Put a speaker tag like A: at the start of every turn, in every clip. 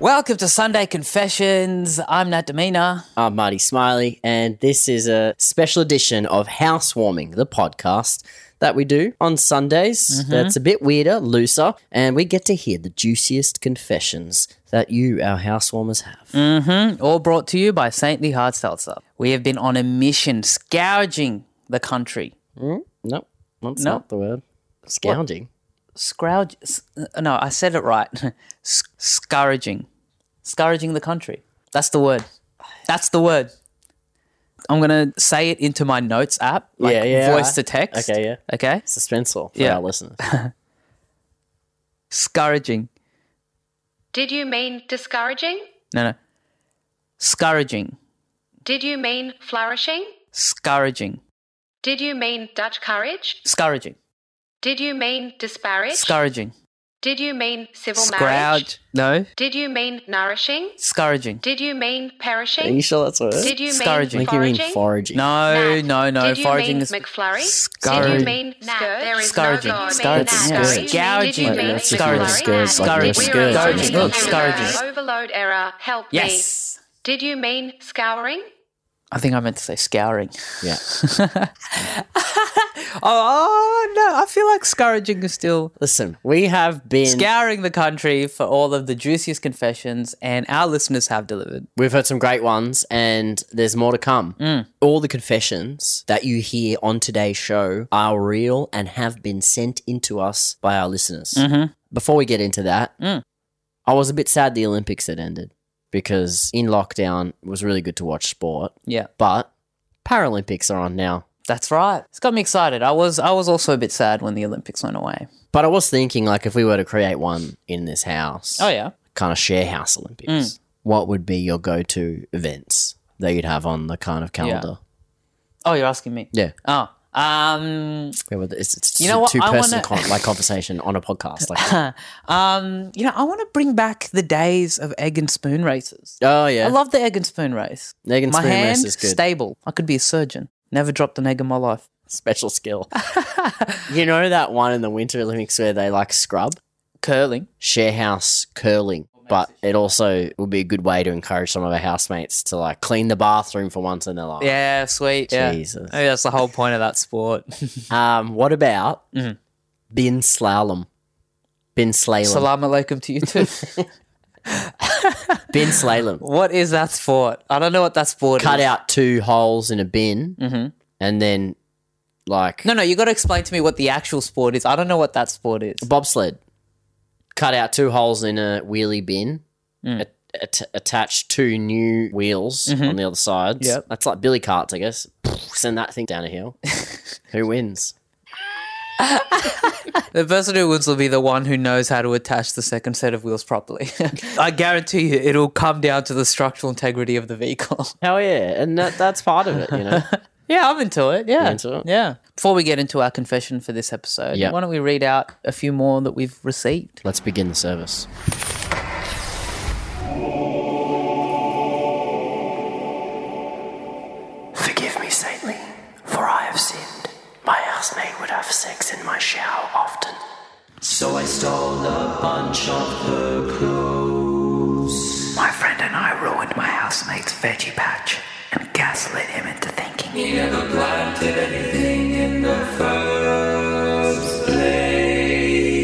A: Welcome to Sunday Confessions. I'm Nat Demina.
B: I'm Marty Smiley, and this is a special edition of Housewarming, the podcast that we do on Sundays. That's a bit weirder, looser, and we get to hear the juiciest confessions that you, our housewarmers, have.
A: All brought to you by Saintly Hard Seltzer. We have been on a mission scourging the country.
B: No, that's
A: No.
B: not the word. Scounding.
A: Scourge. s- uh, No, I said it right. S- Scourging. Scourging the country. That's the word. That's the word. I'm going to say it into my notes app, like
B: Yeah, yeah,
A: voice
B: I-
A: to text.
B: Okay, yeah.
A: Okay.
B: Suspenseful for
A: Yeah.
B: our listeners.
A: Scourging.
C: Did you mean discouraging?
A: No, no. Scourging.
C: Did you mean flourishing?
A: Scourging.
C: Did you mean Dutch courage?
A: Scourging.
C: Did you mean disparage?
A: Scourging.
C: Did you mean civil marriage?
A: Scourge. No.
C: Did you mean nourishing?
A: Scourging.
C: Did you mean
B: Are you
C: perishing?
B: sure that's what it is?
C: Did you
A: Scourging.
C: mean
B: Like you mean foraging.
C: foraging?
A: No,
C: Nat,
A: no, no.
C: Did you
A: foraging
C: mean
A: is
C: McFlurry? Did
A: Scourging.
C: you mean skirt? There is
A: Scourging.
C: no God.
A: Scourging.
C: Nat,
A: Scourging.
C: Did you
A: Scourging.
C: mean
A: That's different.
C: McFlurry?
A: Scourge,
C: Nat,
A: like
C: did
A: a
C: we
A: scourge.
C: are
A: Scourging.
C: overloading
A: Look, scourging.
C: error. Overload error. Help me.
A: Yes.
C: Did you mean scouring?
A: I think I meant to say scouring.
B: Yeah.
A: Oh, no. I feel like scourging is still
B: Listen, we have been.
A: scouring the country for all of the juiciest confessions, and our listeners have delivered.
B: We've heard some great ones, and there's more to come.
A: Mm.
B: All the confessions that you hear on today's show are real and have been sent into us by our listeners.
A: Mm-hmm.
B: Before we get into that,
A: Mm.
B: I was a bit sad the Olympics had ended because in lockdown it was really good to watch sport,
A: Yeah,
B: but Paralympics are on now.
A: that's right. It's got me excited. I was, I was also a bit sad when the Olympics went away.
B: But I was thinking, like, if we were to create one in this house,
A: Oh yeah. Mm.
B: kind of share house Olympics, what would be your go to events that you'd have on the kind of calendar?
A: Oh, you're asking me.
B: Yeah.
A: Oh, um,
B: Yeah, well, it's, it's
A: You know what?
B: two
A: I
B: person
A: wanna-
B: con- like conversation on a podcast. Like,
A: Um, you know, I want to bring back the days of egg and spoon races.
B: oh yeah,
A: I love the egg and spoon race.
B: Egg and
A: my
B: spoon race
A: hand
B: is good.
A: stable. I could be a surgeon. Never dropped an egg in my life.
B: special skill. you know that one in the Winter Olympics where they like scrub
A: Curling.
B: share house curling, but it also would be a good way to encourage some of our housemates to like clean the bathroom for once in their life.
A: Yeah, sweet. Yeah.
B: Jesus.
A: Maybe that's the whole point of that sport.
B: Um, what about
A: Mm-hmm.
B: bin slalom? Bin slalom.
A: Salam alaikum to you too.
B: bin slalom.
A: what is that sport? I don't know what that sport
B: Cut
A: is.
B: out two holes in a bin,
A: Mm-hmm.
B: and then like
A: No, no, you got to explain to me what the actual sport is. I don't know what that sport is.
B: bobsled. Cut out two holes in a wheelie bin, at, at, attach two new wheels on the other sides.
A: Yep.
B: That's like billy carts, I guess. Send that thing down a hill. Who wins?
A: The person who wins will be the one who knows how to attach the second set of wheels properly. I guarantee you it'll come down to the structural integrity of the vehicle.
B: Hell yeah. And that, that's part of it, you know?
A: Yeah, I'm into it. Yeah.
B: into it?
A: Yeah. Before we get into our confession for this episode,
B: Yeah.
A: why don't we read out a few more that we've received?
B: Let's begin the service.
D: Forgive me, saintly, for I have sinned. My housemate would have sex in my shower often. So I stole a bunch of her clothes. My friend and I ruined my housemate's veggie patch and gaslit him into thinking he never planted anything in the first place.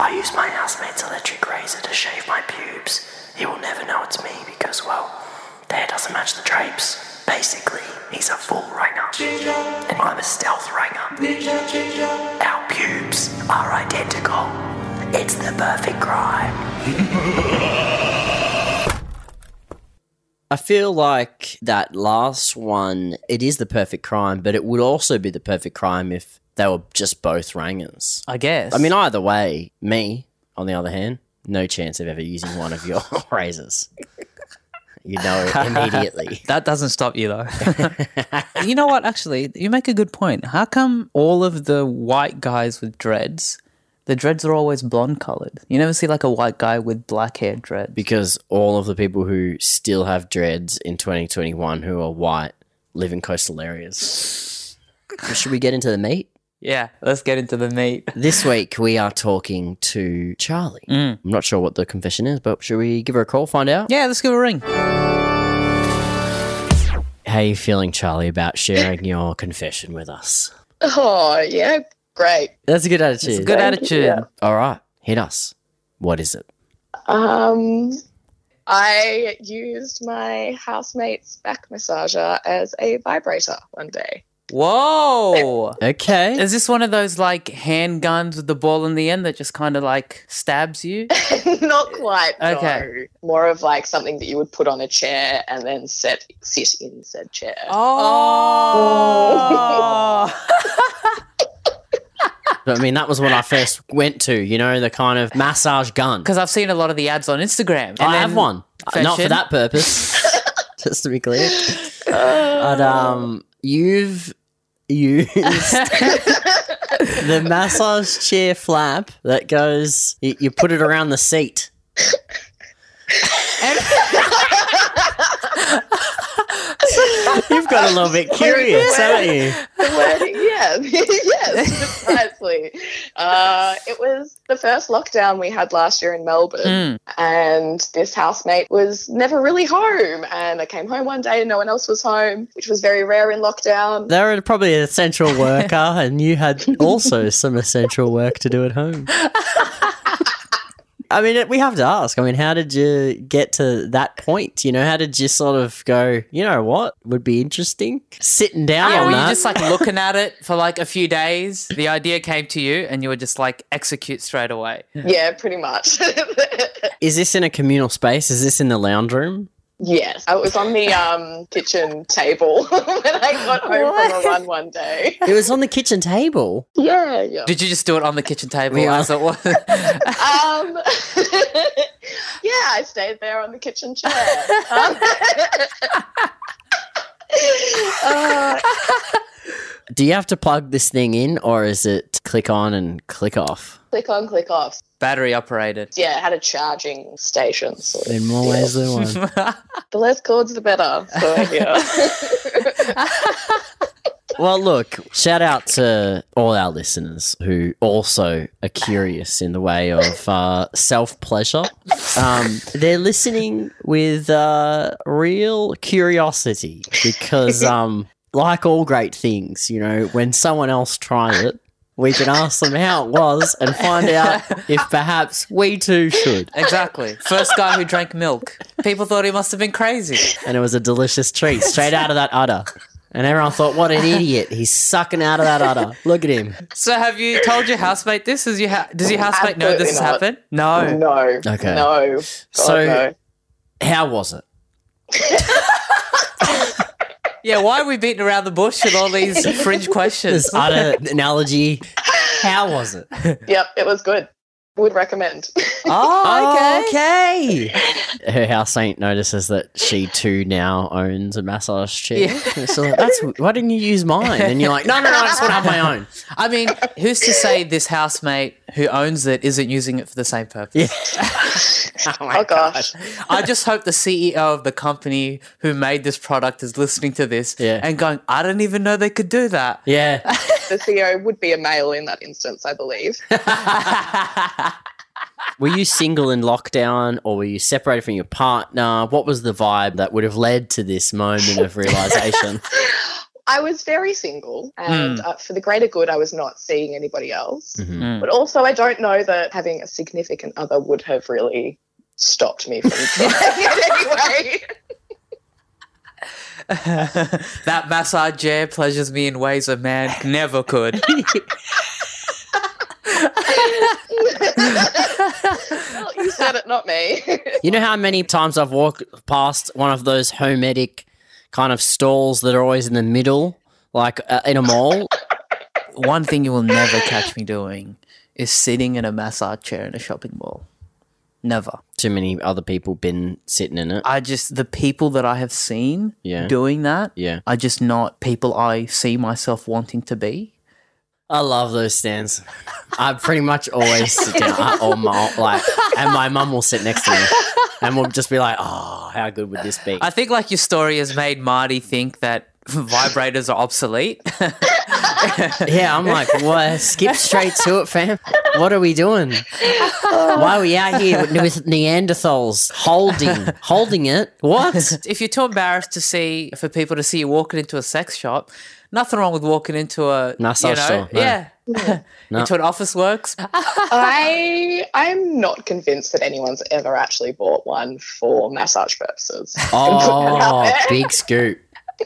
D: I used my housemate's electric razor to shave my pubes. He will never know it's me because, well, the hair doesn't match the drapes. Basically, he's a full ringer. And I'm a stealth ringer. Our pubes are identical. It's the perfect crime.
B: I feel like that last one, it is the perfect crime, but it would also be the perfect crime if they were just both rangers.
A: I guess.
B: I mean, either way, me, on the other hand, no chance of ever using one of your razors. You know it immediately.
A: that doesn't stop you though. you know what? Actually, you make a good point. How come all of the white guys with dreads, the dreads are always blonde colored? You never see like a white guy with black hair dread.
B: Because all of the people who still have dreads in 2021 who are white live in coastal areas. Should we get into the meat?
A: Yeah, let's get into the meat.
B: This week we are talking to Charlie.
A: Mm.
B: I'm not sure what the confession is, but should we give her a call, find out?
A: Yeah, let's give it a ring.
B: How are you feeling, Charlie, about sharing your confession with us?
E: Oh, yeah, great.
B: That's a good attitude.
A: It's a good attitude.
E: yeah.
B: All right, hit us. What is it?
E: Um, I used my housemate's back massager as a vibrator one day.
A: Whoa.
B: Okay.
A: Is this one of those like handguns with the ball in the end that just kind of like stabs you?
E: Not quite.
A: Okay.
E: No. More of like something that you would put on a chair and then set sit in said chair.
A: Oh.
B: I mean, that was what I first went to, you know, the kind of massage gun.
A: Because I've seen a lot of the ads on Instagram. and
B: I have
A: then-
B: one. Uh, Not for
A: fashion.
B: that purpose. Just to be clear.
A: Uh.
B: But um you've used the massage chair flap that goes you, you put it around the seat. You've got a little bit curious, haven't you?
E: The word- yeah, yes, precisely. Uh, it was the first lockdown we had last year in Melbourne,
A: Mm.
E: and this housemate was never really home. And I came home one day and no one else was home, which was very rare in lockdown.
B: They were probably an essential worker, and you had also some essential work to do at home. I mean, we have to ask. I mean, how did you get to that point? You know, how did you sort of go, you know what would be interesting? Sitting down
A: Yeah,
B: on
A: were you
B: that.
A: just like looking at it for like a few days? The idea came to you and you were just like execute straight away.
E: Yeah, pretty much.
B: Is this in a communal space? Is this in the lounge room?
E: yes, I was on the um, kitchen table when I got home from a run one day.
B: It was on the kitchen table.
E: Yeah, yeah.
A: Did you just do it on the kitchen table
B: Yeah.
A: as it was?
E: um, yeah, I stayed there on the kitchen chair. Um, uh,
B: Do you have to plug this thing in, or is it click on and click off?
E: click on, click off.
A: Battery operated.
E: Yeah, it had a charging station. Sort of
B: In more
E: deal.
B: ways than one.
E: The less cords, the better. So yeah.
B: Well, look, shout out to all our listeners who also are curious in the way of uh, self pleasure. Um, they're listening with uh, real curiosity because, um, like all great things, you know, when someone else tried it, we can ask them how it was and find out if perhaps we too should.
A: Exactly. First guy who drank milk. People thought he must have been crazy.
B: And it was a delicious treat straight out of that udder. And everyone thought, what an idiot. He's sucking out of that udder. Look at him.
A: So have you told your housemate this? Is your ha- does your housemate know this has happened?
E: Absolutely
A: No.
E: no.
B: Okay.
E: No. God,
B: So-
E: no.
B: How was it?
A: Yeah, why are we beating around the bush with all these fringe questions?
B: this utter analogy. How was it?
E: Yep, it was good. Would recommend.
A: Oh, okay.
B: okay. Her house ain't notices that she too now owns a massage chair. So that's why didn't you use mine? And you're like, no, no, no, I just want to have my own.
A: I mean, who's to say this housemate who owns it isn't using it for the same purpose?
E: oh gosh.
A: I just hope the CEO of the company who made this product is listening to this
B: Yeah.
A: and going, I didn't even know they could do that.
B: Yeah.
E: The CEO would be a male in that instance, I believe.
B: Were you single in lockdown, or were you separated from your partner? What was the vibe that would have led to this moment of realization?
E: I was very single, and uh, for the greater good, I was not seeing anybody else.
B: Mhm.
A: Mm.
E: But also, I don't know that having a significant other would have really stopped me from trying it anyway.
A: that massage chair pleasures me in ways a man never could.
E: Well, you said it, not me.
B: You know how many times I've walked past one of those homedic kind of stalls that are always in the middle, like uh, in a mall?
A: One thing you will never catch me doing is sitting in a massage chair in a shopping mall. Never.
B: Too many other people been sitting in it.
A: I just, the people that I have seen
B: Yeah.
A: doing that
B: Yeah.
A: are just not people I see myself wanting to be.
B: I love those stands. I pretty much always sit down, I, or my, like, and my mum will sit next to me, and we'll just be like, "Oh, how good would this be?"
A: I think like your story has made Marty think that vibrators are obsolete.
B: yeah, I'm like, what? Skip straight to it, fam. What are we doing? Why are we out here with, with Neanderthals holding, holding it? What?
A: if you're too embarrassed to see for people to see you walking into a sex shop, nothing wrong with walking into a
B: Massage
A: you know,
B: store, no.
A: Yeah. into an office works.
E: I I'm not convinced that anyone's ever actually bought one for massage purposes.
B: Oh, big scoop.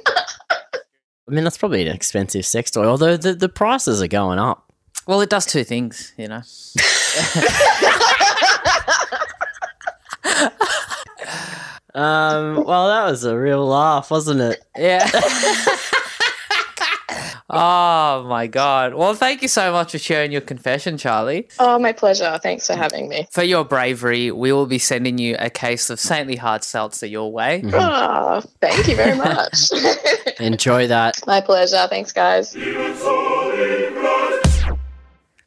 B: I mean, that's probably an expensive sex toy, although the, the prices are going up.
A: Well, it does two things, you know.
B: Um, well, that was a real laugh, wasn't it?
A: Yeah. oh my god. Well, thank you so much for sharing your confession, Charlie.
E: oh, my pleasure. Thanks for having me.
A: For your bravery, we will be sending you a case of saintly hard seltzer your way.
E: Oh, thank you very much.
B: Enjoy that.
E: my pleasure. Thanks, guys.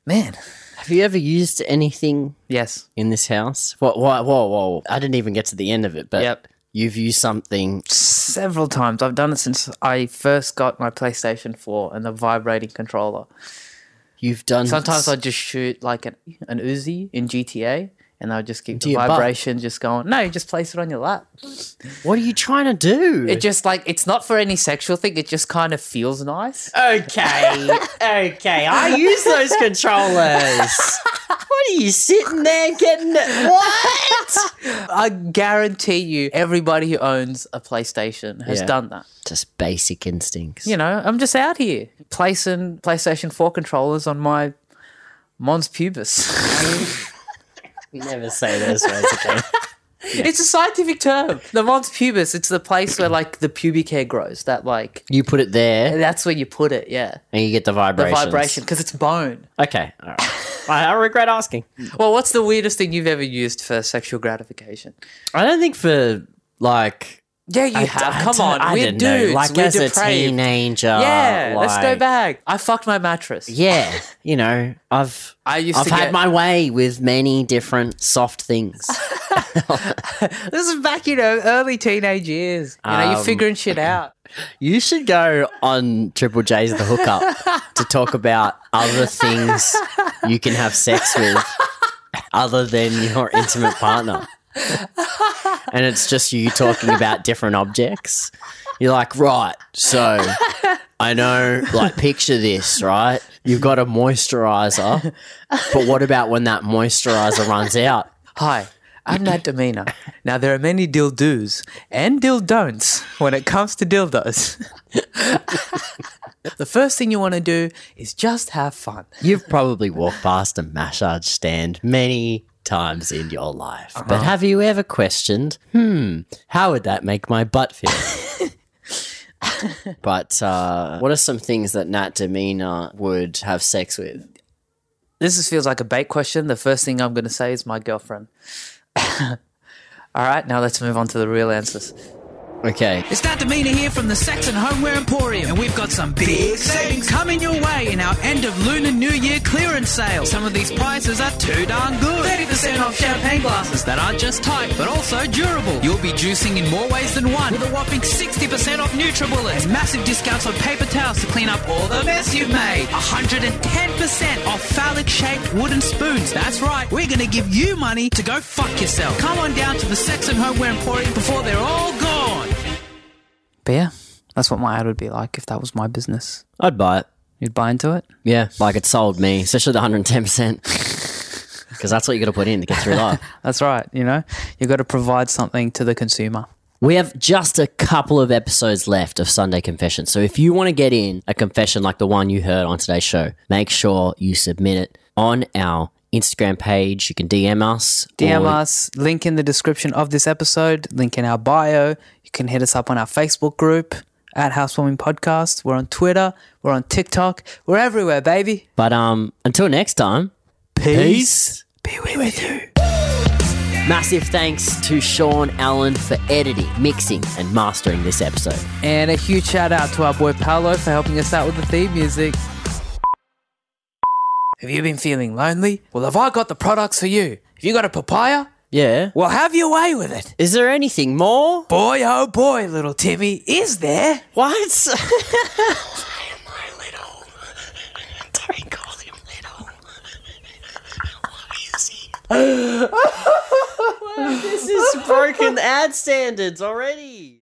A: Man.
B: Have you ever used anything
A: Yes.
B: in this house? Whoa, whoa, whoa, whoa. I didn't even get to the end of it, but
A: Yep.
B: you've used something.
A: Several times. I've done it since I first got my PlayStation 4 and the vibrating controller.
B: You've done.
A: Sometimes I just shoot like an, an Uzi in GTA and I'll just keep the
B: your butt.
A: vibration just going. No, you just place it on your lap.
B: What are you trying to do?
A: It just like, it's not for any sexual thing. It just kind of feels nice.
B: okay. okay. I use those controllers. What are you sitting there getting? What?
A: I guarantee you, everybody who owns a PlayStation has
B: Yeah.
A: done that.
B: Just basic instincts.
A: You know, I'm just out here placing PlayStation 4 controllers on my Mons pubis.
B: Never say those words again.
A: It's a scientific term. The Mons pubis, it's the place where like the pubic hair grows. That like,
B: you put it there
A: that's where you put it. Yeah.
B: and you get the
A: The
B: vibration.
A: vibration, because it's bone.
B: Okay. All right. I, I regret asking.
A: Well, what's the weirdest thing you've ever used for sexual gratification?
B: I don't think for like.
A: Yeah, you
B: I-
A: have.
B: I
A: Come
B: don't-
A: on,
B: I
A: we're
B: didn't know.
A: dudes.
B: Like
A: we're
B: as
A: depraved.
B: a teenager.
A: Yeah, let's go
B: like-
A: back. I fucked my mattress.
B: Yeah, you know, I've
A: I used
B: I've
A: to
B: had
A: get-
B: my way with many different soft things.
A: This is back, you know, early teenage years. You know, you're
B: Um,
A: figuring shit out.
B: you should go on Triple J's The Hookup to talk about other things you can have sex with other than your intimate partner. And it's just you talking about different objects. You're like, right, so I know, like, picture this, right? You've got a moisturizer, but what about when that moisturizer runs out?
A: Hi, I'm Nat Demeanor. Now, there are many dildos and dildon'ts when it comes to dildos. the first thing you want to do is just have fun.
B: You've probably walked past a massage stand many times in your life, but have you ever questioned, hmm, how would that make my butt feel? but uh, what are some things that Nat Demina would have sex with?
A: This is, feels like a bait question. The first thing I'm going to say is my girlfriend. All right, now let's move on to the real answers.
B: Okay,
F: It's Nat Demeanor here from the Saxon Homeware Emporium, and we've got some big savings coming your way in our end of Lunar New Year clearance sale. Some of these prices are too darn good. 30% off champagne glasses that aren't just tight, but also durable. You'll be juicing in more ways than one with a whopping 60% off NutriBullets. And massive discounts on paper towels to clean up all the mess you've made. 110% off phallic-shaped wooden spoons. That's right, we're gonna give you money to go fuck yourself. Come on down to the Saxon Homeware Emporium before they're all gone.
A: But yeah, that's what my ad would be like if that was my business.
B: I'd buy it.
A: You'd buy into it?
B: Yeah, like it sold me, especially the 110%. Because that's what you got to put in to get through life.
A: That's right, you know? You've got to provide something to the consumer.
B: We have just a couple of episodes left of Sunday Confessions. So if you want to get in a confession like the one you heard on today's show, make sure you submit it on our Instagram page. You can DM us.
A: DM
B: or-
A: us, link in the description of this episode, link in our bio. You can hit us up on our Facebook group at Housewarming Podcast. We're on Twitter, we're on TikTok, we're everywhere, baby.
B: But um, until next time, peace. Be with you. Massive thanks to Sean Allen for editing, mixing, and mastering this episode.
A: And a huge shout out to our boy Paolo for helping us out with the theme music. Have you been feeling lonely? Well, have I got the products for you? Have you got a papaya?
B: Yeah.
A: Well, have your way with it.
B: Is there anything more?
A: Boy, oh boy, little Timmy, is there?
B: What?
D: My little
B: This is broken ad standards already.